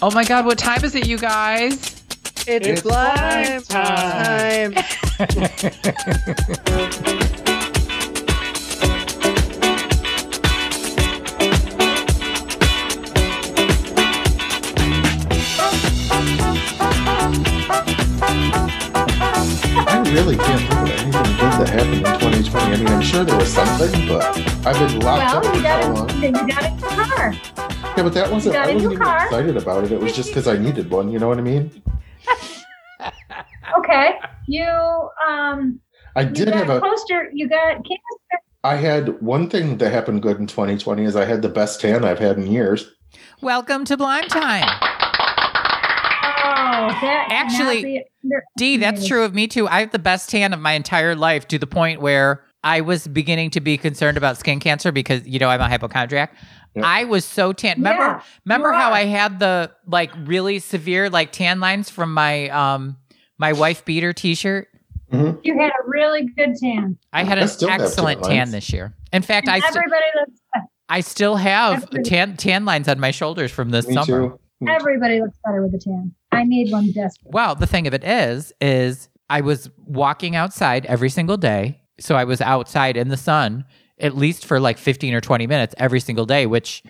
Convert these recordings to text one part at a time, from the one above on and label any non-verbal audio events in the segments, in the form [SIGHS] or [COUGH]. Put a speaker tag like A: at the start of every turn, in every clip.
A: Oh my god, what time is it, you guys?
B: It's,
C: It's
B: lime
C: lime time.
B: time.
C: I really can't think of anything good that happened in 2020. I mean, I'm sure there was something, but I've been locked
D: Well,
C: up
D: you
C: for so long.
D: got, a, then you got a new car.
C: Yeah, but that wasn't.
D: got
C: I
D: a
C: wasn't
D: new
C: even
D: car.
C: excited about it. It was just because I needed one. You know what I mean?
D: Okay. You um
C: I
D: you
C: did
D: got
C: have a.
D: coaster, you got oh, canister.
C: I had one thing that happened good in 2020 is I had the best tan I've had in years.
A: Welcome to Blime Time.
D: Oh, that cannot
A: Actually-
D: be- there-
A: D, that's true of me too. I have the best tan of my entire life to the point where I was beginning to be concerned about skin cancer because you know I'm a hypochondriac.
C: Yep.
A: I was so tan. Remember
D: Yeah,
A: remember
D: you
A: how
D: are.
A: I had the like really severe like tan lines from my um my wife beater t-shirt?
D: you had a really good tan.
A: I had
C: I
A: an
C: still have tan
A: excellent tan
C: lines.
A: this year. In fact, I
D: And
A: st-
D: everybody looks
A: I still have
D: Everybody-
A: tan tan lines on my shoulders from this
C: Me
A: summer.
C: too. Mm,
D: everybody looks better with a tan. I need one desperate.
A: Well, the thing of it is, is I was walking outside every single day. So I was outside in the sun at least for like 15 or 20 minutes every single day, which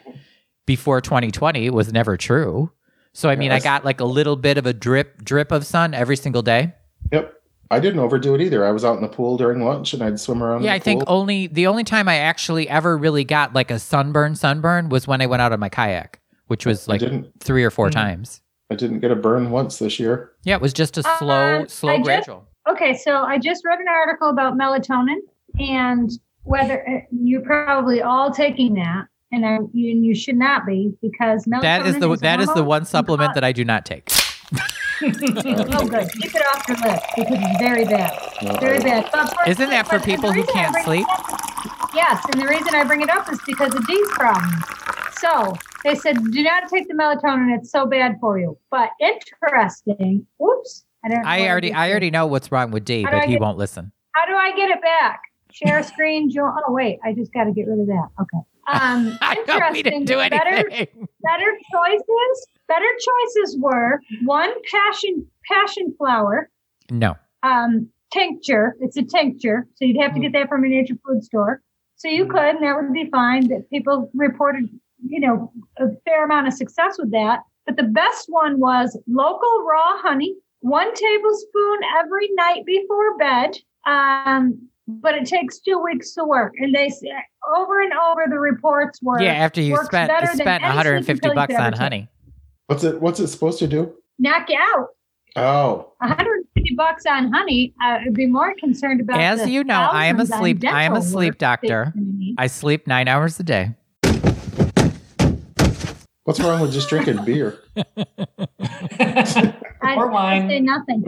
A: before 2020 was never true. So I mean, I
C: Yes.
A: got like a little bit of a drip drip of sun every single day.
C: Yep. I didn't overdo it either. I was out in the pool during lunch and I'd swim around.
A: yeah,
C: in the
A: I think
C: pool.
A: only the only time I actually ever really got like a sunburn sunburn was when I went out on my kayak, which was like
C: I didn't.
A: 3 or 4
D: Mm-hmm.
B: Mhm.
A: times.
C: I didn't get a burn once this year.
A: Yeah, it was just a slow
D: Uh,
A: slow
D: I just-
A: gradual.
D: Okay, so I just read an article about melatonin and whether uh, you're probably all taking that, and I, you, you should not be because melatonin
A: That is the
D: is a
A: that is the
D: hormone.
A: one supplement that I do not take.
D: [LAUGHS] Oh, good. Keep it off your lips because it's very bad.
C: No, I-
D: Very bad. But for-
A: Isn't that for
D: but- but
A: people
D: the
A: who
D: reason I
A: can't
D: bring-
A: sleep?
D: Yes, and the reason I bring it up is because of these problems. So they said, do not take the melatonin; it's so bad for you. But interesting. Oops, I don't.
A: I already I already know what's wrong with D,
D: How do
A: but
D: I
A: he
D: get-
A: won't listen.
D: How do I get it back? Share screen. Jo- oh wait, I just got to get rid of that. Okay. Um,
A: [LAUGHS] I know we didn't
D: interesting.
A: do
D: Better,
A: anything. [LAUGHS]
D: better choices. Better choices were one passion passion flower
A: No.
D: um, tincture. It's a tincture, so you'd have to
A: Mm-hmm.
D: get that from a nature food store. So you could, and that would be fine. That people reported, you know, a fair amount of success with that. But the best one was local raw honey, one tablespoon every night before bed. Um, but it takes two weeks to work, and they s- over and over the reports were
A: Yeah, after you
D: works
A: spent
D: better than
A: spent
D: any sleeping
A: 150
D: pill you
A: bucks
D: could ever
A: on
D: take.
A: honey.
C: What's it? What's it supposed to do?
D: knock you out.
C: Oh,
D: 150 bucks on honey. I would be more concerned about.
A: As
D: the
A: you know, I am a
D: thousands on
A: sleep- I am a
D: dental
A: sleep
D: work that
A: doctor.
D: you're gonna need.
A: I sleep 9 hours a day.
C: what's wrong with just drinking beer?
D: I,
B: Or
D: I
B: wine.
D: say
A: [LAUGHS]
D: nothing.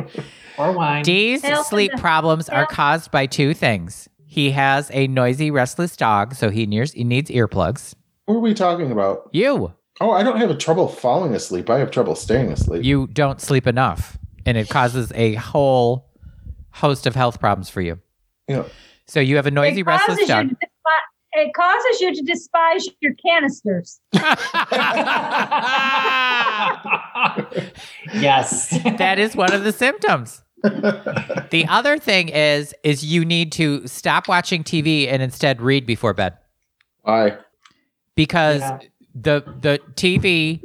B: or wine. [LAUGHS]
A: D's
D: Help
A: sleep
D: in the-
A: problems are
D: help.
A: caused by two things. He has a noisy, restless dog, so he needs he needs earplugs.
C: What are we talking about?
A: You
C: Oh, I don't have trouble falling asleep. I have trouble staying asleep.
A: you don't sleep enough, and it causes a whole host of health problems for you.
C: Yeah.
A: So you have a noisy,
D: It causes
A: restless
D: you
A: dog.
D: to despi- It causes you to despise your canisters.
A: [LAUGHS]
D: [LAUGHS]
A: that
B: yes.
A: is one of the symptoms. The other thing is is you need to stop watching TV and instead read before bed
C: I
A: because
B: Yeah.
A: the the TV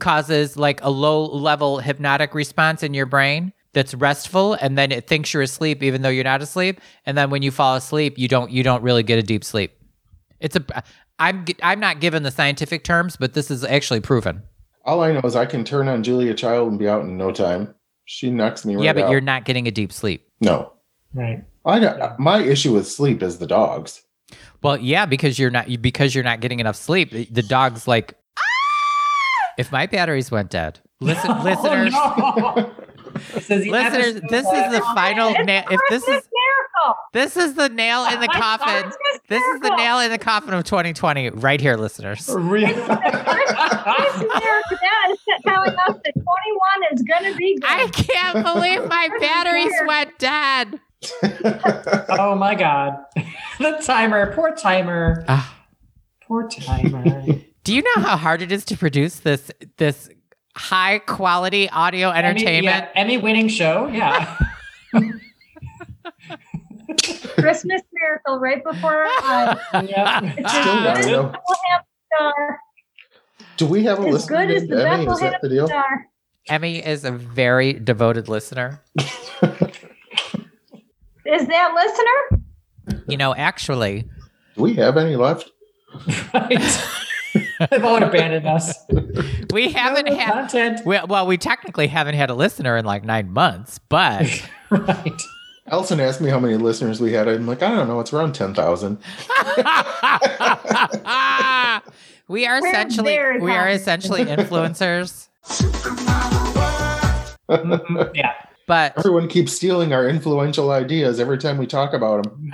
A: causes like a low level hypnotic response in your brain that's restful and then it thinks you're asleep even though you're not asleep and then when you fall asleep you don't you don't really get a deep sleep. It's a I'm gi- I'm not given the scientific terms but this is actually proven.
C: all I know is I can turn on Julia Child and be out in no time. She knocks me right
A: yeah, but
C: out.
A: you're not getting a deep sleep.
C: no.
B: right.
C: I got my issue with sleep is the dogs.
A: Well, yeah, because you're not because you're not getting enough sleep. The, the dog's like, if my batteries went dead. Listen,
B: Ah! [LAUGHS] Oh,
A: listeners, [LAUGHS]
B: no. Says he never
A: listeners,
B: said
A: this
B: that.
A: is the final
D: It's
A: nail. If this is
D: Christmas miracle.
A: this is the nail in the
B: I'm
A: coffin.
D: Christmas
A: This is the
D: miracle.
A: nail in the coffin of 2020, right here, listeners.
B: [LAUGHS]
D: Christmas miracle. That is telling us that 21 is going to be good.
A: I can't believe
B: [LAUGHS]
A: my batteries went dead.
B: oh my god. [LAUGHS] the timer. Poor timer.
A: Ah.
B: Poor timer.
A: Do you know how hard it is to produce this this high quality audio
B: Emmy- yeah,
A: [LAUGHS] entertainment.
B: Emmy winning show.
A: [LAUGHS]
B: Yeah.
D: Christmas miracle right before uh,
A: [LAUGHS]
B: yeah.
D: it's
A: Still
D: as good as
C: Mario.
D: the Bethlehem Star.
C: Do we have a
D: As
C: listener
D: good as
C: named
D: the
C: Emmy? Is
D: Bethlehem
C: that the deal?
D: Star.
A: Emmy is a very devoted listener.
D: Is that listener?
A: You know, actually,
C: Do we have any left?
B: Right. [LAUGHS] They've all abandoned us.
A: we haven't
B: No
A: had.
B: content.
A: We, well, we technically haven't had a listener in like nine months,
D: [LAUGHS]
A: but
B: Right.
C: Allison asked me how many listeners we had. I'm like, I don't know. It's around 10,000.
A: we are
D: We're
A: essentially
D: very
A: we are
D: confident. [LAUGHS]
A: essentially influencers.
B: Mhm. Yeah.
A: But
C: Everyone keeps stealing our influential ideas every time we talk about them.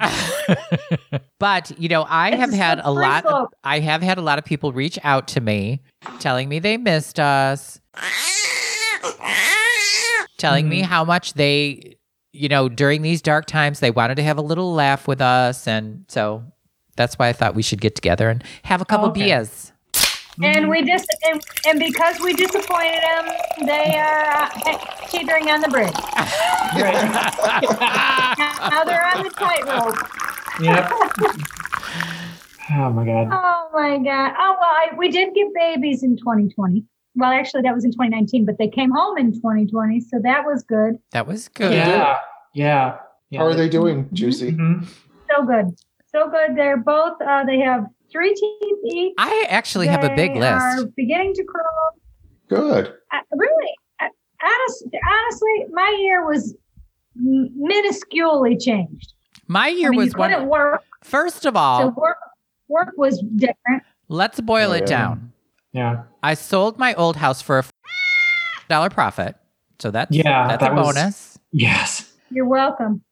A: but you know, I
D: It's
A: have
D: a
A: had a
D: slippery
A: lot. Of,
D: slope.
A: I have had a lot of people reach out to me, telling me they missed us, telling
D: Mm-hmm.
A: me how much they, you know, during these dark times they wanted to have a little laugh with us, and so that's why I thought we should get together and have a
D: Oh,
A: couple
B: okay.
A: beers.
D: And we dis- and, and because we disappointed them, they are uh, teetering on the bridge.
A: [LAUGHS]
B: Right.
D: Now they're on the tightrope.
B: Yep. Oh my god.
D: Oh my god! Oh well, I, we did get babies in 2020. Well, actually, that was in 2019, but they came home in 2020, so that was good.
A: That was good.
B: Yeah. Yeah. yeah.
C: How Oh, are they doing,
A: mm-hmm.
C: Juicy?
B: Mhm.
D: So good, so good. They're both. Uh, they have three teeth each.
A: I actually have a big
D: They
A: list.
D: Are beginning to grow.
C: Good.
D: I, really, I, honest, honestly, my ear was m- minusculely changed.
A: My
D: I
A: year
D: mean, you
A: was
D: couldn't
A: one.
D: work,
A: First of all,
D: so work work was different.
A: let's boil
C: Yeah.
A: it down.
B: Yeah.
A: I sold my old house for a f- dollar profit. So that's
B: Yeah,
A: that's
B: that
A: a
B: was-
A: bonus. [LAUGHS]
B: Yes. [LAUGHS]
D: You're welcome.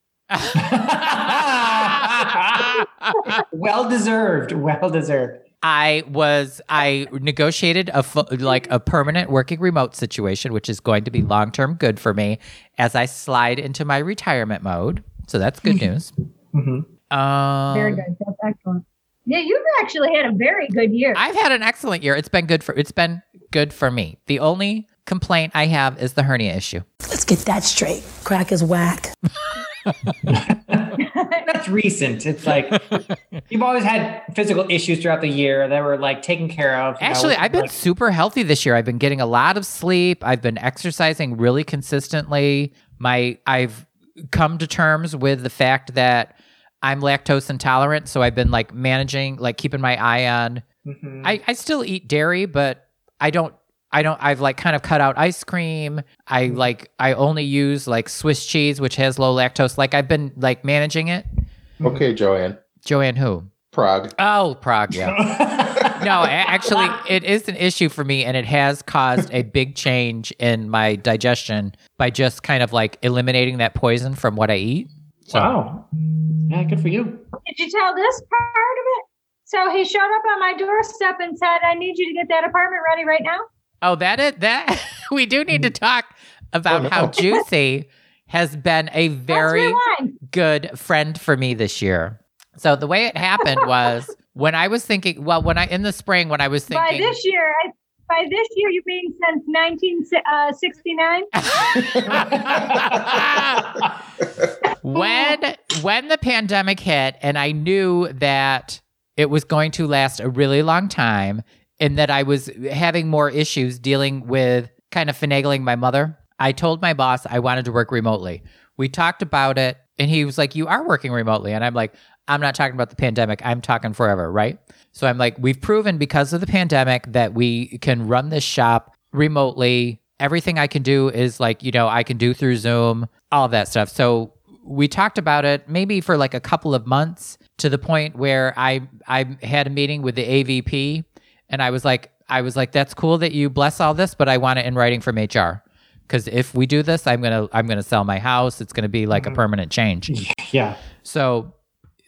B: well deserved. Well deserved.
A: I was I negotiated a fu- like a permanent working remote situation, which is going to be long term good for me as I slide into my retirement mode. So that's
D: [LAUGHS]
A: good news.
C: Mm-hmm.
B: hmm
A: Um,
D: Very good. That's excellent. Yeah, you've actually had a very good year.
A: I've had an excellent year. It's been good for it's been good for me. The only complaint I have is the hernia issue.
E: Let's get that straight. Crack is whack.
B: That's recent. It's like
A: [LAUGHS]
B: you've always had physical issues throughout the year that were like taken care of. you know,
A: Actually,
B: with,
A: I've been
B: like-
A: super healthy this year. I've been getting a lot of sleep. I've been exercising really consistently. My I've come to terms with the fact that I'm lactose intolerant, so I've been like managing, like keeping my eye on.
B: Mhm.
A: I I still eat dairy, but I don't I don't I've like kind of cut out ice cream. I like I only use like Swiss cheese which has low lactose. Like I've been like managing it. Mm-hmm.
C: Okay, Joanne.
A: Joanne who? [LAUGHS]
C: Prague.
A: Oh, Prague, yeah.
B: mm-hmm. [LAUGHS]
A: no, a- actually, it is an issue for me, and it has caused a big change in my digestion by just kind of like eliminating that poison from what I eat.
B: wow. Yeah, good for you.
D: Did you tell this part of it? So he showed up on my doorstep and said, I need you to get that apartment ready right now.
A: Oh, that it that [LAUGHS] we do need to talk about
C: Oh, no.
A: how Juicy has been a very
D: Let's rewind.
A: good friend for me this year. So the way it
D: [LAUGHS]
A: happened was when I was thinking, well, when I in the spring when I was thinking,
D: By this year, I, by this year, you mean since uh,
A: [LAUGHS]
D: 1969?
A: when when the pandemic hit and I knew that it was going to last a really long time and that I was having more issues dealing with kind of finagling my mother, I told my boss I wanted to work remotely. We talked about it and he was like, You are working remotely. And I'm like, I'm not talking about the pandemic. I'm talking forever, right? So I'm like, we've proven because of the pandemic that we can run this shop remotely. Everything I can do is like, you know, I can do through Zoom, all of that stuff. So we talked about it maybe for like a couple of months to the point where I I had a meeting with the AVP and I was like I was like that's cool that you bless all this but I want it in writing from HR cuz if we do this I'm going to I'm going to sell my house it's going to be like a permanent change.
B: Yeah.
A: So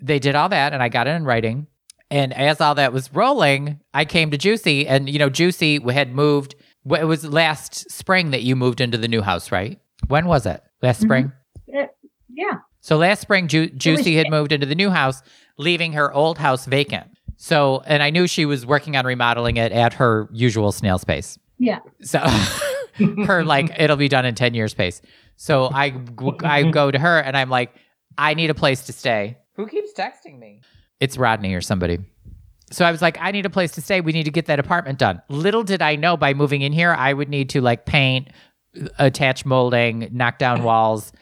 A: they did all that, and I got it in writing. And as all that was rolling, I came to Juicy, and you know, Juicy had moved. well, It was last spring that you moved into the new house, right? When was it? Last spring.
D: Yeah.
A: So last spring, Ju- Juicy had moved into the new house, leaving her old house vacant. So, [LAUGHS] and I knew she was working on remodeling it at her usual snail's pace.
D: Yeah.
A: So, her like it'll be done in 10 years pace. So I g- I go to her and I'm like I need a place to stay. Who keeps texting me? It's Rodney or somebody. So I was like I need a place to stay. We need to get that apartment done. Little did I know by moving in here I would need to like paint, attach molding, knock down walls,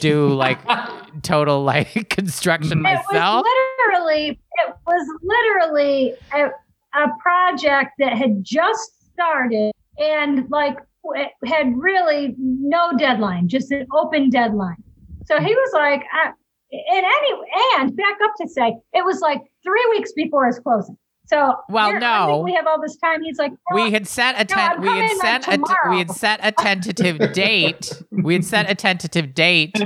A: do like total like construction
D: It
A: myself.
D: was literally, it was literally a, a project that had just started and like w- had really no deadline, just an open deadline. So he was like, I, and any and back up to say it was like three weeks before his closing. So
A: Well,
D: here, I think
A: no.
D: we have all this time. He's like, "Oh, "No,
A: we had set a
D: No, I'm
A: ten- we had
D: coming, like,
A: set a t- we had
D: tomorrow.
A: set a tentative date. We had set a tentative date.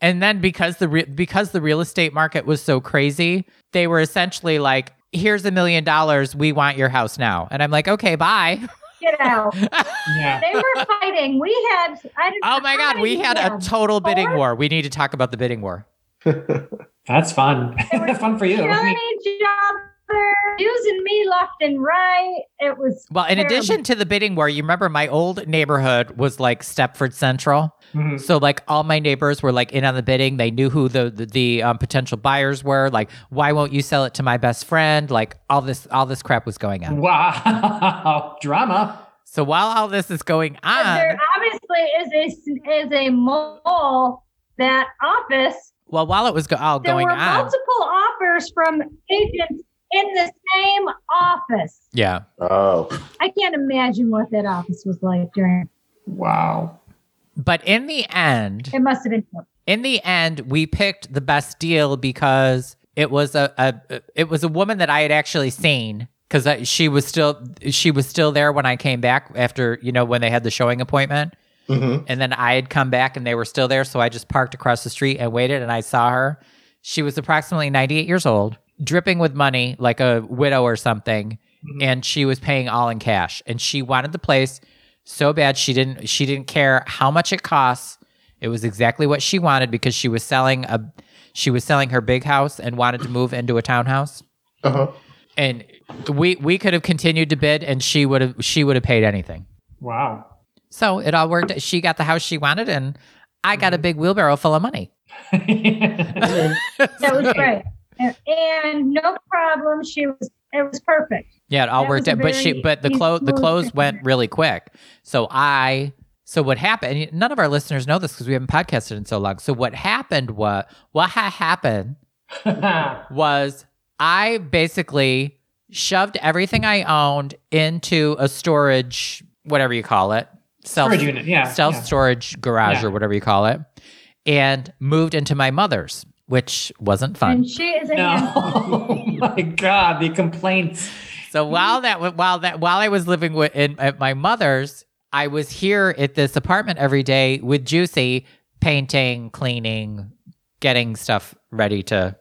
A: And then because the re- because the real estate market was so crazy, they were essentially like, "Here's a million dollars. We want your house now." And I'm like, "Okay,
D: [LAUGHS]
A: bye."
D: get out.
B: Yeah.
D: They were fighting. We had, I don't
A: Oh
D: know
A: my
D: how
A: god,
D: many
A: we had a
D: hands.
A: total bidding
D: Four?
A: war. We need to talk about the bidding war.
B: That's fun. [LAUGHS]
D: were
B: fun for you.
D: killing each other, using me left and right. It was
A: Well, in
D: terrible.
A: addition to the bidding war, you remember my old neighborhood was like Stepford Central.
B: Mhm.
A: So like all my neighbors were like in on the bidding. They knew who the the, the um, potential buyers were. Like, why won't you sell it to my best friend? Like all this all this crap was going on.
B: Wow. [LAUGHS] Drama.
A: So while all this is going on,
D: there obviously is a is a mole that office.
A: well, while it was go- all
D: There
A: going
D: were
A: on,
D: multiple offers from agents in the same office.
A: yeah,
C: Oh,
D: I can't imagine what that office was like during.
B: Wow.
A: but in the end,
D: It must have been. terrible.
A: in the end we picked the best deal because it was a, a it was a woman that i had actually seen because she was still she was still there when i came back after you know when they had the showing appointment
C: Mhm.
A: and then i had come back and they were still there so i just parked across the street and waited and i saw her she was approximately 98 years old dripping with money like a widow or something and she was paying all in cash and she wanted the place so bad she didn't she didn't care how much it costs it was exactly what she wanted because she was selling a she was selling her big house and wanted to move into a townhouse
C: uh-huh.
A: and we we could have continued to bid and she would have she would have paid anything
B: Wow.
A: so it all worked she got the house she wanted and i got a big wheelbarrow full of money
D: That
A: [LAUGHS]
D: was great, and no problem. She was. It was perfect.
A: Yeah, it all
D: That
A: worked
D: was a
A: out. But she,
D: very
A: but the close, the
D: smooth
A: clothes went
D: transition.
A: really quick. So I, so what happened? and None of our listeners know this because we haven't podcasted in so long. So what happened? What what ha- happened was I basically shoved everything I owned into a storage, whatever you call it, self
B: Storage unit, yeah,
A: self
B: yeah.
A: storage garage
B: Yeah.
A: or whatever you call it, and moved into my mother's, which wasn't fun.
D: And she is a
B: no.
D: handful.
B: [LAUGHS] Oh my God. The complaints.
A: So while that wa- while that while I was living with in, at my mother's, I was here at this apartment every day with Juicy, painting, cleaning, getting stuff ready to.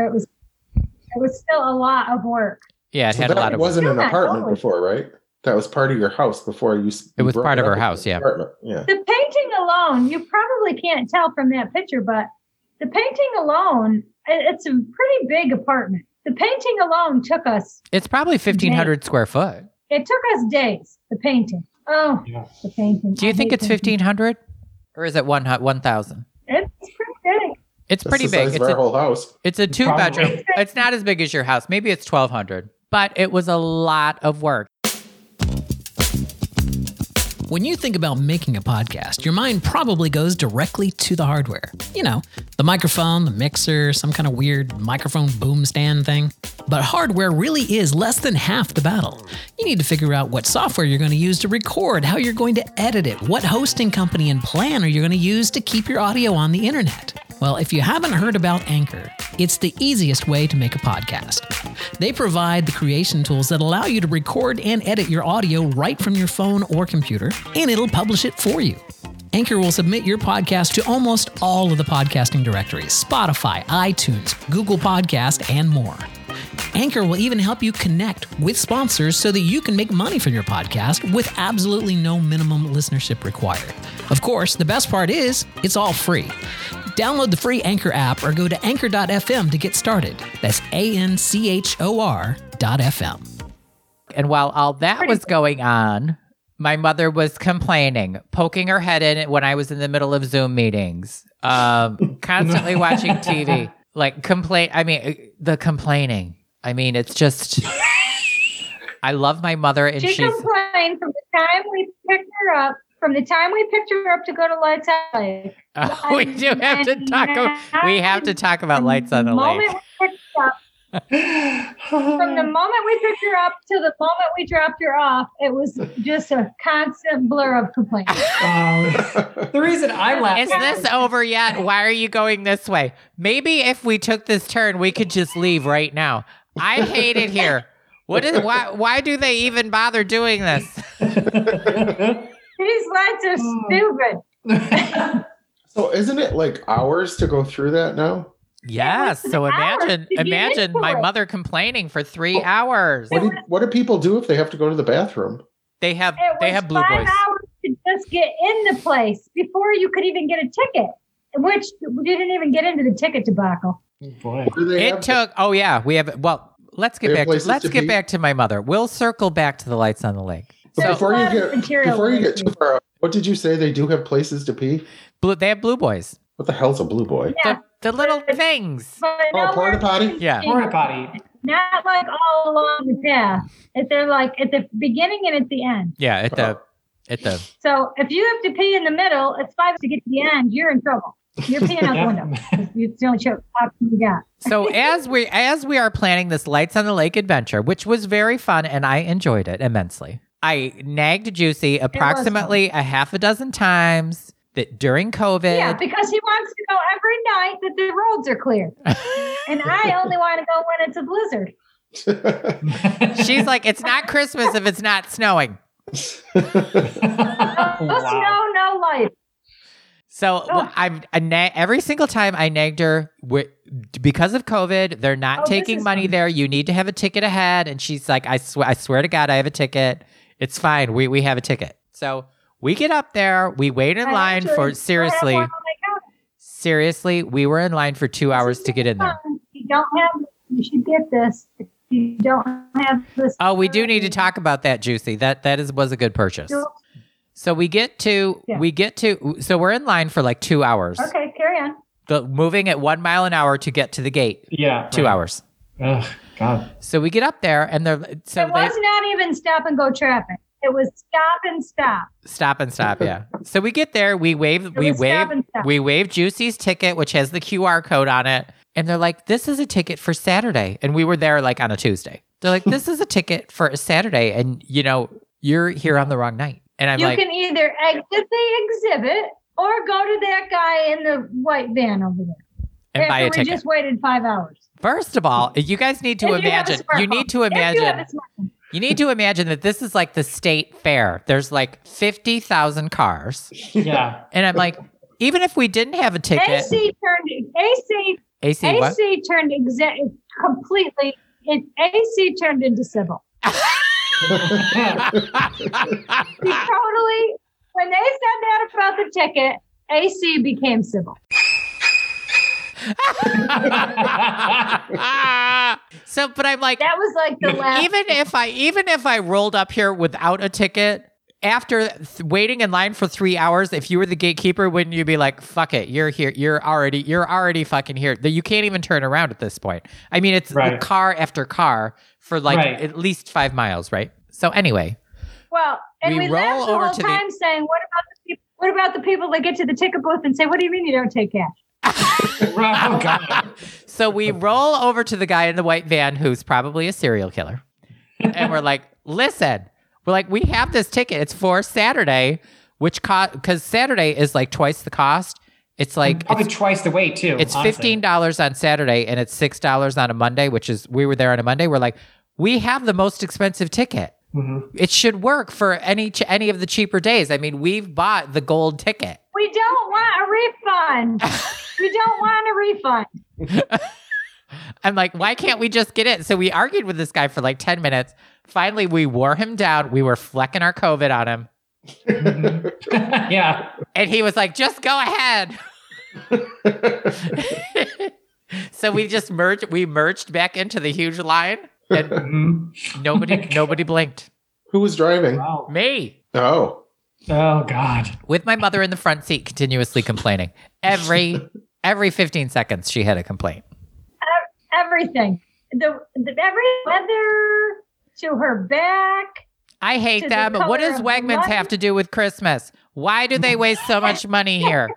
D: It was. It was still a lot of work.
A: Yeah, it
C: So
A: had
C: that
A: a lot of.
C: wasn't an
D: Yeah,
C: apartment
D: always.
C: before, right? That was part of your house before you. s-
A: It
C: you
A: was
C: broke
A: part of
C: up
A: her
C: with your
A: house, yeah.
C: Apartment. Yeah.
D: the painting alone, you probably can't tell from that picture, but the painting alone, it- it's a pretty big apartment. The painting alone took us,
A: It's probably fifteen hundred square foot.
D: it took us days, the painting. Oh,
B: Yeah.
D: the painting.
A: Do you
D: I
A: think
D: hate
A: it's
D: painting.
A: fifteen hundred, or is it one one thousand?
D: It's pretty big.
A: It's
C: That's
A: pretty
C: the size
A: big.
C: of
A: It's
C: our
A: a,
C: whole house. [LAUGHS]
A: it's a two bedroom.
B: Probably.
A: It's not as big as your house. Maybe it's twelve hundred, but it was a lot of work.
F: When you think about making a podcast, your mind probably goes directly to the hardware. You know, the microphone, the mixer, some kind of weird microphone boom stand thing. But hardware really is less than half the battle. You need to figure out what software you're going to use to record, how you're going to edit it, what hosting company and plan are you going to use to keep your audio on the internet. Well, if you haven't heard about Anchor, it's the easiest way to make a podcast. They provide the creation tools that allow you to record and edit your audio right from your phone or computer, and it'll publish it for you. Anchor will submit your podcast to almost all of the podcasting directories Spotify, iTunes, Google Podcast, and more. Anchor will even help you connect with sponsors so that you can make money from your podcast with absolutely no minimum listenership required. Of course, the best part is it's all free. Download the free Anchor app or go to anchor.fm to get started. That's A N C H O R dot FM.
A: And while all that was going on, My mother was complaining, poking her head in when I was in the middle of Zoom meetings, um, constantly watching TV. Like complain. I mean, uh, the complaining. I mean, it's just. I love my mother, and
D: She
A: she's [LAUGHS]
D: complained from the time we picked her up, from the time we picked her up to go to Lights Out Lake.
A: Oh, we do have to talk. About, we have to talk about lights on the
D: moment
A: lake.
D: we picked her up, from
B: [SIGHS]
D: the moment we picked her up to the moment we dropped her off, it was just a constant blur of
A: [LAUGHS]
D: complaints.
B: Um, the reason I laugh
A: Is this over yet? Why are you going this way? Maybe if we took this turn, we could just leave right now. I hate it here. What is why? Why do they even bother doing this?
D: These lights are stupid.
C: So isn't it like hours to go through that now?
A: Yes. So imagine,
D: hours to get
A: imagine
D: into
A: my
D: it.
A: mother complaining for three hours.
C: What do, what do people do if they have to go to the bathroom?
A: They have,
D: It
A: they
D: was
A: have blue
D: five
A: boys.
D: hours to just get in the place before you could even get a ticket, which we didn't even get into the ticket debacle.
B: [LAUGHS] boy.
C: Do they
A: It
C: have-
A: took. Oh yeah, we have. Well, let's
C: They
A: get
C: have
A: back. To,
C: places
A: let's
C: to
A: get
C: be.
A: back to my mother. We'll circle back to the lights on the lake.
C: but
D: So-
C: before you
D: Lot of
C: get
D: material
C: before you get
D: issues.
C: too far, out, what did you say? They do have places to pee.
A: Blue, they have blue boys.
C: What the hell's a blue boy?
D: Yeah.
A: The, the little things.
D: But
C: Oh,
D: nowhere-
C: porta potty. [LAUGHS]
D: [LAUGHS]
A: Yeah.
B: Porta potty.
D: not like all along the path. If they're like at the beginning and at the end.
A: Yeah, at the at the
D: So if you have to pee in the middle, it's five to get to the end. You're in trouble. You're
A: [LAUGHS]
D: peeing out the window. It's the only cho- option you got. [LAUGHS]
A: So as we as we are planning this Lights on the Lake adventure, which was very fun and I enjoyed it immensely. I nagged Juicy approximately a half a dozen times that during COVID
D: Yeah, because he wants to go every night that the roads are clear, and
A: [LAUGHS]
D: I only want to go when it's a blizzard.
A: [LAUGHS] she's like, It's not Christmas if it's not snowing.
D: [LAUGHS]
A: Oh,
D: No
B: wow.
D: snow, no life.
A: So
D: Oh.
A: I've I na- every single time I nagged her we because of COVID, they're not
D: Oh, this
A: taking
D: is
A: money
D: fun.
A: there. You need to have a ticket ahead, and she's like, "I swear, I swear to God, I have a ticket. It's fine. We we have a ticket." So we get up there, we wait in
D: I
A: line
D: actually- I
A: for
D: have
A: seriously,
D: one on my couch.
A: seriously, we were in line for two hours to get in there.
D: If You don't have. You should get this. If You don't have this.
A: Oh, we do need to talk about that, Juicy. That that is was a good purchase. So we get to
D: Yeah.
A: we get to so we're in line for like two hours,
D: Okay, carry on.
A: the, moving at one mile an hour to get to the gate.
B: Yeah.
A: Two hours.
B: Ugh, God.
A: So we get up there and they're so
D: it
A: they
D: was not even stop and go traffic. It was stop and stop.
A: stop and
D: [LAUGHS]
A: stop. Yeah. So we get there, we wave, we
D: was
A: wave,
D: stop and stop.
A: we wave Juicy's ticket, which has the QR code on it, and they're like, "This is a ticket for Saturday," and we were there like on a Tuesday. They're
D: [LAUGHS]
A: like, "This is a ticket for a Saturday," and you know, you're here on the wrong night. And I'm
D: you
A: like,
D: can either exit the exhibit or go to that guy in the white van over there.
A: and buy a
D: After we
A: ticket.
D: just waited five hours.
A: First of all, you guys need to
D: If you have a
A: imagine. You,
D: smartphone.
A: need to
D: If you have
A: imagine.
D: a smartphone.
A: You need to imagine that this is like the state fair. There's like fifty thousand cars,
B: Yeah. [LAUGHS]
A: and I'm like, even if we didn't have a ticket,
D: AC turned AC
A: AC, what?
D: [LAUGHS] AC turned exa- completely. It, AC turned into civil.
A: Ah.
D: He totally. When they said that about the ticket, AC became civil.
A: [LAUGHS]
B: Oh,
A: so, but I'm like,
D: That was like the last.
A: even if I even if I rolled up here without a ticket after th- waiting in line for three hours, if you were the gatekeeper, wouldn't you be like, "Fuck it, you're here, you're already, you're already fucking here." That you can't even turn around at this point. I mean, it's
B: Right.
A: car after car for like
B: Right.
A: at least five miles, right? So anyway,
D: Well, and
A: We
D: we,
A: roll
D: laughed the
A: over
D: whole
A: to the-
D: time saying, "What about the people? What about the people that get to the ticket booth and say, "What do you mean you don't take cash?"
B: oh, God.
A: So we roll over to the guy in the white van who's probably a serial killer. And we're like, listen, we're like, we have this ticket. It's for Saturday, which cost, because Saturday is like twice the cost. It's like,
B: Probably twice the weight, too.
A: it's
B: honestly.
A: fifteen
B: [LAUGHS]
A: dollars on Saturday and it's six dollars on a Monday, which is we were there on a Monday. We're like, we have the most expensive ticket.
D: Mm-hmm.
A: It should work for any ch- any of the cheaper days. I mean, we've bought the gold ticket.
D: We don't want
A: [LAUGHS]
D: a refund. we don't want a refund.
A: I'm like, why can't we just get it? So we argued with this guy for like 10 minutes. Finally, we wore him down. We were flecking our COVID on him.
B: Mm-hmm. [LAUGHS] yeah.
A: And he was like, just go ahead. [LAUGHS] so we just merged, we merged back into the huge line and
B: Mhm.
A: nobody, nobody blinked.
C: Who was driving?
B: Wow.
A: Me.
C: Oh,
B: Oh God.
A: with my mother in the front seat continuously complaining. Every every 15 seconds she had a complaint.
D: Everything. The, the every weather to her back.
A: I hate
D: To the
A: them. What
D: color
A: does
D: of
A: Wegmans
D: money?
A: have to do with Christmas? Why do they waste so much money here?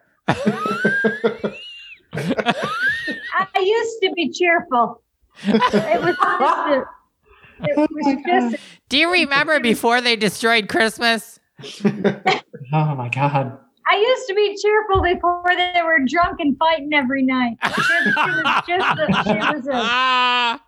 D: I used to be cheerful. It was just a,
B: Oh
D: it was just
A: Do you
D: [LAUGHS]
A: remember before they destroyed Christmas?
B: Oh my God.
D: I used to be cheerful before they were drunk and fighting every night. She, she was just a, she was a
A: Ah,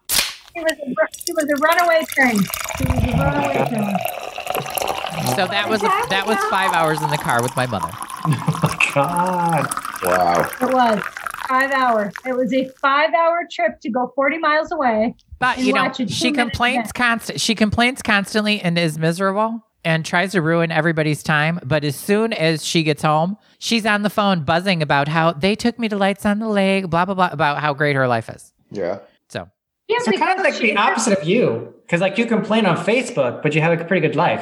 D: she was a ru- she was a runaway train. She was a runaway train.
A: so that was that was 5 hours in the car with my mother.
B: Oh my God.
C: wow.
D: It was five hours. It was a five-hour trip to go 40 miles away.
A: But
D: And
A: you know,
D: watch a
A: she
D: two-minute
A: complains
D: event.
A: constant. She complains constantly and is miserable and tries to ruin everybody's time. But as soon as she gets home, she's on the phone buzzing about how they took me to Lights on the Lake, blah blah blah, about how great her life is.
C: Yeah.
A: So
D: Yeah,
B: So kind
D: because
B: of like
D: she-
B: the opposite of you, because like you complain on Facebook, but you have a pretty good life.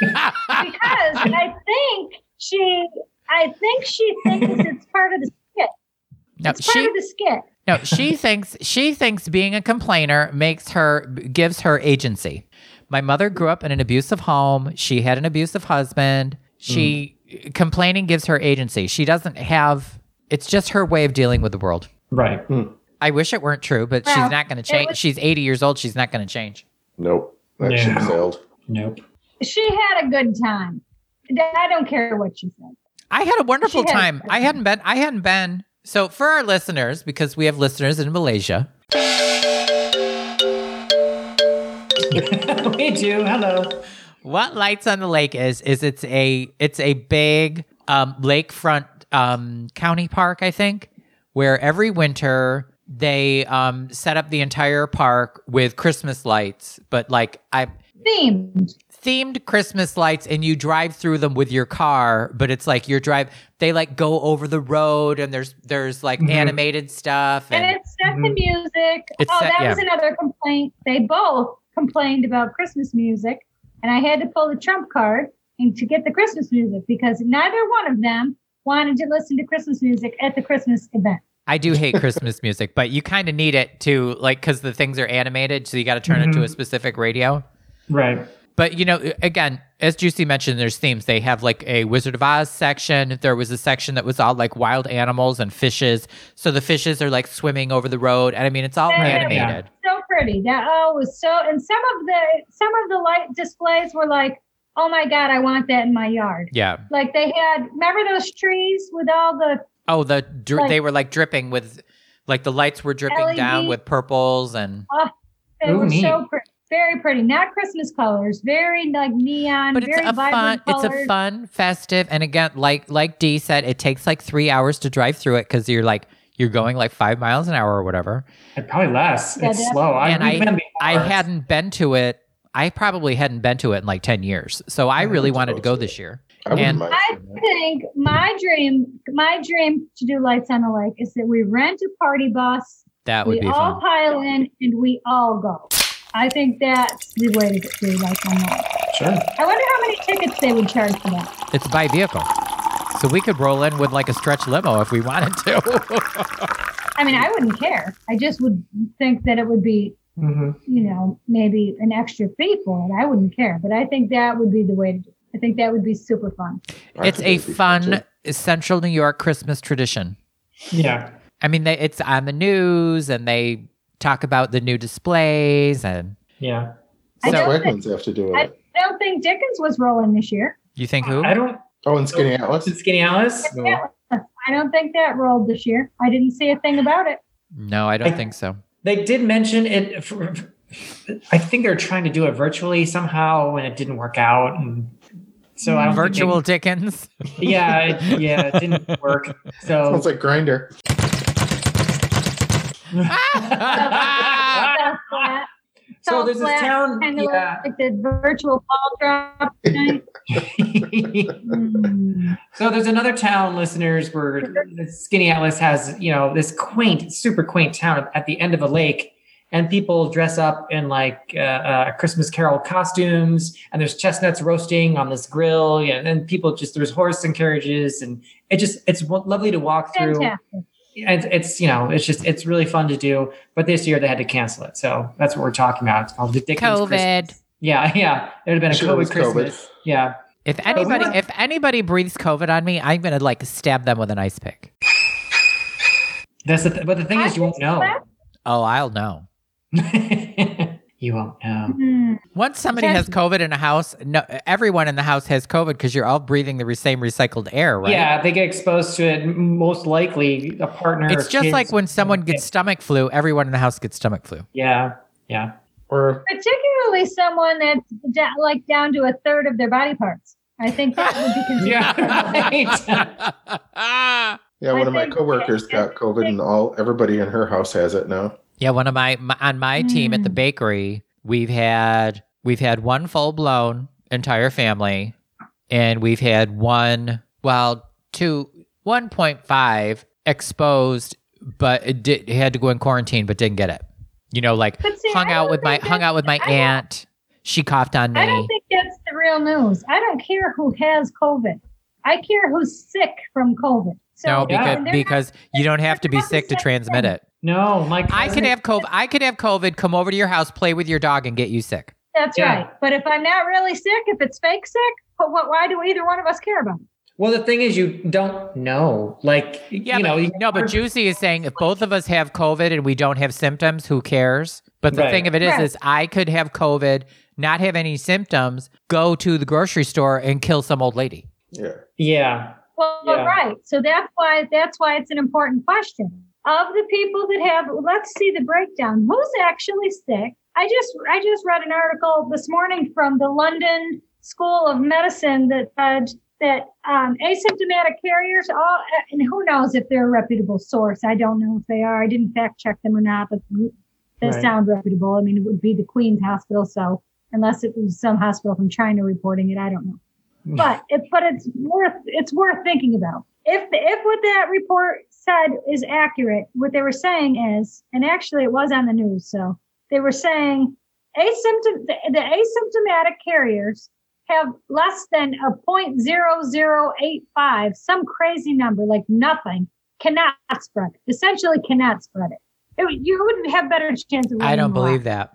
D: Because I think she I think she thinks it's part of the skit.
A: no,
D: It's part
A: she
D: of the skit.
A: no,
D: [LAUGHS]
A: she thinks she thinks being a complainer makes her gives her agency. My mother grew up in an abusive home. She had an abusive husband. She
D: Mm.
A: complaining gives her agency. She doesn't have. It's just her way of dealing with the world.
B: Right.
A: I wish it weren't true, but
D: Well,
A: she's not going to
D: it
A: change.
D: was-
A: she's 80 years old. She's not going to change.
C: Nope. That
B: Yeah.
C: ship sailed.
A: [LAUGHS]
B: Nope.
D: She had a good time. I don't care what she said.
A: I had a wonderful
D: She has-
A: time. I hadn't been. I hadn't been. So for our listeners, because we have listeners in Malaysia,
B: hey, Jew. Hello.
A: what Lights on the Lake is is it's a it's a big um, lakefront um, county park, I think, where every winter they um, set up the entire park with Christmas lights, but like I
D: Themed.
A: themed Christmas lights and you drive through them with your car, but it's like your drive they like go over the road and there's there's like animated stuff and,
D: And it's set to music.
A: It's
D: oh,
A: set-
D: that
A: yeah.
D: was another complaint. They both complained about Christmas music, and I had to pull the trump card and to get the Christmas music because neither one of them wanted to listen to Christmas music at the Christmas event.
A: I do hate Christmas [LAUGHS] music, but you kind of need it to like cuz the things are animated, so you got to turn it to a specific radio.
B: Right.
A: But you know, again, as Juicy mentioned, there's themes. They have like a Wizard of Oz section. There was a section that was all like wild animals and fishes. So the fishes are like swimming over the road, and I mean, it's all
D: Yeah.
A: animated.
D: So pretty. That oh was so. And some of the some of the light displays were like, oh my god, I want that in my yard.
A: Yeah.
D: Like they had. Remember those trees with all the
A: Oh, the dri-
D: Like- E
A: they were like dripping with, like the lights were dripping
D: LED.
A: down with purples and.
D: They
B: Ooh,
D: were
B: neat.
D: so pretty. Very pretty, not Christmas colors. Very like neon,
A: But it's
D: very
A: a fun,
D: vibrant
A: it's
D: colors.
A: a fun, festive, and again, like like Dee said, it takes like three hours to drive through it because you're like you're going like five miles an hour or whatever.
B: It probably lasts.
D: Yeah,
B: it's
D: that-
B: slow.
A: and
B: I've
A: I-
B: been
A: I
B: before.
A: hadn't been to it. I probably hadn't been to it in like ten years, so I
B: Oh,
C: Yeah,
A: really
C: that's
A: wanted to go
C: close to
A: this year.
C: I wouldn't
A: And-
C: mind.
D: I
C: seeing that.
D: think my dream, my dream to do lights on the lake is that we rent a party bus,
A: That would
D: we
A: be fun.
D: all pile in, and we all go. I think that's the way to do lights on the lake.
B: Sure.
D: I wonder how many tickets they would charge for that.
A: It's by vehicle, so we could roll in with like a stretch limo if we wanted
B: [LAUGHS]
A: to.
D: I mean, I wouldn't care. I just would think that it would be,
B: hmm
D: you know, maybe an extra fee for it. I wouldn't care, but I think that would be the way to do. It. I think that would be super fun.
C: I
A: it's
C: think
A: a
C: it'd be fun,
A: fun
C: too.
A: Central New York Christmas tradition.
B: Yeah.
A: I mean, they, it's on the news and they talk about the new displays and
B: Yeah.
D: I
C: What's
D: know that-
C: Wegmans have to do with
D: I-
C: it?
D: I don't think Dickens was rolling this year.
A: you think who?
B: I don't.
C: Oh, and Skinny Atlas.
B: Is it Skinny Alice?
D: Yeah. I don't think that rolled this year. I didn't see a thing about
B: [LAUGHS]
D: it.
A: no, I don't
B: I-
A: think so.
B: They did mention it. For, I think they're trying to do it virtually somehow, and it didn't work out. And so I don't think they-
A: Virtual Dickens.
B: [LAUGHS] yeah, it, yeah,
A: [LAUGHS]
B: it didn't work. So [LAUGHS]
C: Sounds like Grinder.
A: I
D: South Platte-
B: so
D: South
B: there's this
D: Platte
B: town.
D: kinda looks
B: Yeah.
D: like the virtual ball drop. night.
B: [LAUGHS]
D: Mm.
B: so there's another town, listeners, where Skinny Atlas has you know this quaint, super quaint town at the end of a lake, and people dress up in like uh, uh, Christmas Carol costumes, and there's chestnuts roasting on this grill, yeah, and then people just there's horse and carriages, and it just it's wo- lovely to walk through.
D: Fantastic.
B: And it's, it's you know it's just it's really fun to do, but this year they had to cancel it, so that's what we're talking about. It's called Dickens Christmas.
A: COVID.
B: Yeah, [LAUGHS] yeah, there'd have been a
C: Sure, it was
B: COVID
C: COVID.
B: Christmas. Yeah,
A: If anybody
B: want-
A: if anybody breathes COVID on me, I'm gonna like stab them with an ice pick.
B: that's the th- but the thing is you won't know.
A: Oh, I'll know.
B: [LAUGHS] you won't know.
D: Hmm.
A: Once somebody has COVID in a house, no, everyone in the house has COVID because you're all breathing the re- same recycled air, right?
B: Yeah, they get exposed to it. m- Most likely, a partner.
A: It's
B: or
A: just
B: kids-
A: like when someone gets stomach flu, everyone in the house gets stomach flu.
B: Yeah, yeah. Or
D: Particularly someone that's da- like down to a third of their body parts. I think that
B: [LAUGHS]
D: would be considered.
B: yeah, [LAUGHS] right.
C: Yeah, one
D: I
C: of my
D: think-
C: coworkers got COVID, and all everybody in her house has it now.
A: [LAUGHS] Yeah, one of my, my on my team
B: Hmm.
A: at the bakery, we've had we've had one full blown entire family, and we've had one well two one point five exposed, but it did, had to go in quarantine, but didn't get it. You know, like
D: But see,
A: hung
D: I
A: out
D: don't
A: with my
D: think
A: hung out with my
D: that's- I don't-
A: aunt. She coughed on me.
D: I don't think that's the real news. I don't care who has COVID. I care who's sick from COVID. So
A: no,
B: Yeah.
A: because
D: and they're not-
A: because you don't have to be sick to transmit it.
B: No, my.
A: I
B: cousin-
A: could have COVID. I could have COVID. Come over to your house, play with your dog, and get you sick.
D: that's
B: Yeah.
D: right. But if I'm not really sick, if it's fake sick, but what? Why do either one of us care about? it?
B: Well, the thing is, you don't know. Like,
A: Yeah,
B: you
A: but,
B: know, you-
A: no, but Juicy is saying if both of us have COVID and we don't have symptoms, who cares? But the
B: Right.
A: thing of it is,
D: Right.
A: is I could have COVID, not have any symptoms, go to the grocery store and kill some old lady.
C: Yeah.
B: yeah,
D: Well,
B: Yeah.
D: right. So that's why that's why it's an important question. Of the people that have, let's see the breakdown. Who's actually sick? I just I just read an article this morning from the London School of Medicine that uh, said that um, asymptomatic carriers all uh, and who knows if they're a reputable source. I don't know if they are. I didn't fact check them or not, but they
B: Right.
D: sound reputable. I mean, it would be the Queen's Hospital, so unless it was some hospital from China reporting it, I don't know but it, but it's worth it's worth thinking about. If if what that report said is accurate, what they were saying is, and actually it was on the news, so they were saying asymptom the, the asymptomatic carriers have less than a 0.0085, some crazy number, like nothing, cannot spread it. Essentially, cannot spread it. it would- you would have better chance of.
A: I don't
D: winning the
A: believe
D: lottery.
A: that.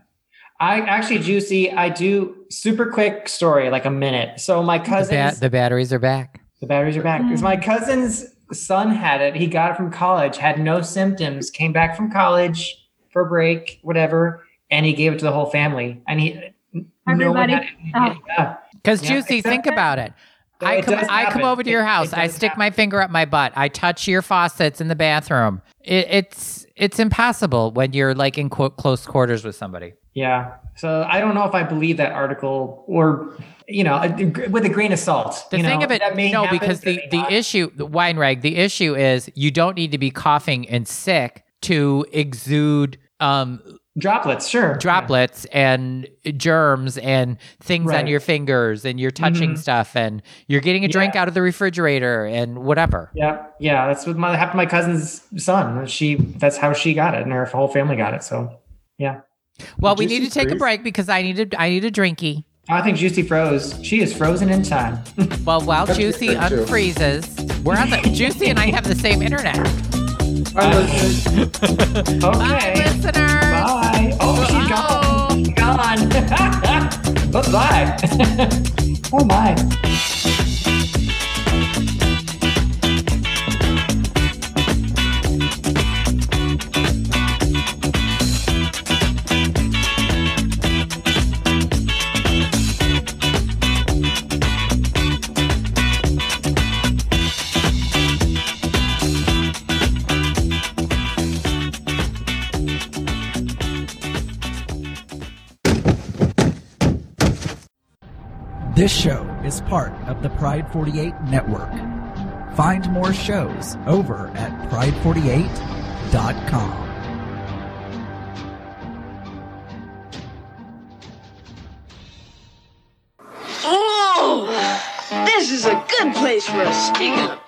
B: I actually juicy. I do super quick story, like a minute. So my
A: The,
B: cousin,
A: ba- the batteries are back.
B: The batteries are back.
D: Mm.
B: 'Cause My cousin's son had it. He got it from college, had no symptoms, came back from college for a break, whatever, and he gave it to the whole family. And he, no one
D: Everybody.
B: had it.
D: Oh.
B: Yeah.
A: Because
B: Yeah,
A: Juicy,
B: except
A: think
B: that-
A: about it.
B: No,
A: I
B: it
A: come,
B: does
A: I come
B: happen.
A: over to your
B: It- it
A: house. I
B: does
A: stick
B: happen.
A: my finger up my butt. I touch your faucets in the bathroom. It, it's it's impossible when you're like in quote close quarters with somebody.
B: Yeah. So I don't know if I believe that article or, you know, a- with a grain of salt.
A: The
B: you
A: thing
B: know,
A: of it,
B: that may
A: no,
B: happen,
A: because the
B: that may
A: the
B: not.
A: issue, the wine rag, the issue is you don't need to be coughing and sick to exude um,
B: droplets, sure.
A: droplets and germs and things on
B: Right.
A: your fingers, and you're touching
B: Mhm.
A: stuff, and you're getting a drink out of the refrigerator, and whatever.
B: Yeah, yeah, that's what my, happened to my cousin's son. She, that's how she got it, and her whole family got it. So, yeah,
A: Well, we
C: Juicy
A: need to take a
C: fruit.
A: break because I need a I need a drinky.
B: I think Juicy froze. She is frozen in time. [LAUGHS]
A: Well, while
C: That's
A: Juicy
C: good too.
A: unfreezes, we're on the Juicy and I have the same internet.
B: Bye, listeners. okay.
A: Bye, listeners.
B: Bye. Oh, she's
A: Oh.
B: gone. Gone. [LAUGHS] bye bye. [LAUGHS] oh, my.
G: This show is part of the Pride 48 network. Find more shows over at pride48.com.
H: Whoa! This is a good place for a stinger.